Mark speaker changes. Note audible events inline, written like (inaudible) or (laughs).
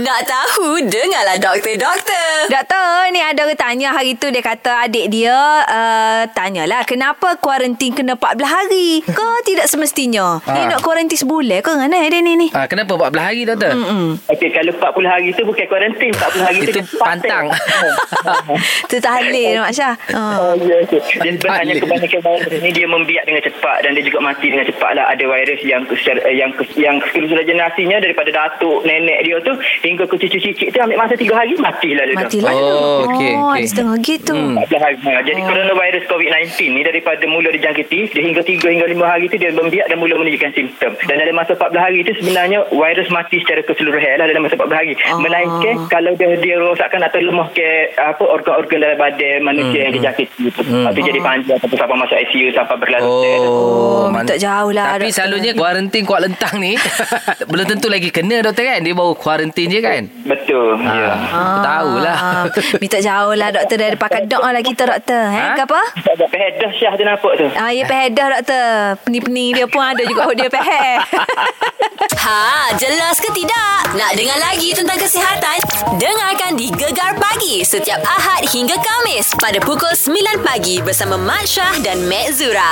Speaker 1: Nak tahu, dengarlah doktor, doktor.
Speaker 2: Doktor, ni ada orang tanya hari tu dia kata adik dia uh, tanyalah kenapa kuarantin kena 14 hari ke tidak semestinya. Ni
Speaker 3: Ah.
Speaker 2: nak kuarantin sebulan ke kan eh dia ni ni.
Speaker 3: Ha, kenapa 14 hari doktor? Mm-mm.
Speaker 4: Okey, Eh, kalau 40 hari tu bukan kuarantin, 40 hari tu
Speaker 3: Itu
Speaker 4: dia parting.
Speaker 3: pantang.
Speaker 2: Tu tahlil Mak Syah. Uh.
Speaker 4: Oh, ya, okey. Dia sebenarnya
Speaker 3: Balik.
Speaker 4: kebanyakan virus ni dia membiak dengan cepat dan dia juga mati dengan cepat lah. Ada virus yang secara- eh, yang yang keseluruhan jenasinya daripada datuk nenek dia tu hingga ke cucu-cicit tu ambil masa 3 hari matilah dia tu.
Speaker 2: Matilah.
Speaker 3: Oh, okey,
Speaker 2: Oh,
Speaker 3: okey.
Speaker 2: ada setengah gitu.
Speaker 3: Hmm.
Speaker 4: 14 hari. Ha, jadi oh. coronavirus COVID-19 ni daripada mula dijangkiti dia hingga 3 hingga 5 hari tu dia membiak dan mula menunjukkan simptom. Dan dalam masa 14 hari tu sebenarnya virus mati secara keseluruhan lah dalam masa 14 hari.
Speaker 2: Ah.
Speaker 4: Oh. Melainkan kalau dia, dia rosakkan atau lemah ke apa organ-organ dalam badan manusia hmm. yang dijangkiti tu. Hmm. Itu jadi panjang sampai sampai masuk ICU sampai berlarut-larut.
Speaker 2: Oh,
Speaker 3: man-
Speaker 2: minta jauh lah,
Speaker 3: Tapi
Speaker 2: doktor.
Speaker 3: selalunya kuarantin Kuala Lentang
Speaker 2: (laughs)
Speaker 3: ni belum tentu lagi kena doktor kan. Dia baru kuarantin je kan.
Speaker 4: Betul. Ya. Yeah.
Speaker 3: Ah, tahu lah.
Speaker 2: Minta jauh lah doktor dari pakai dok lah kita doktor. Eh,
Speaker 3: Ha?
Speaker 2: ha? ke apa?
Speaker 4: Tak ada pehadah Syah tu nampak tu.
Speaker 2: Ah, ya pehed dah doktor. Pening-pening dia pun ada juga hot dia pehed.
Speaker 1: (laughs) Ha, jelas ke tidak? Nak dengar lagi tentang kesihatan? Dengarkan di Gegar Pagi setiap Ahad hingga Kamis pada pukul 9 pagi bersama Mat Syah dan Mat Zura.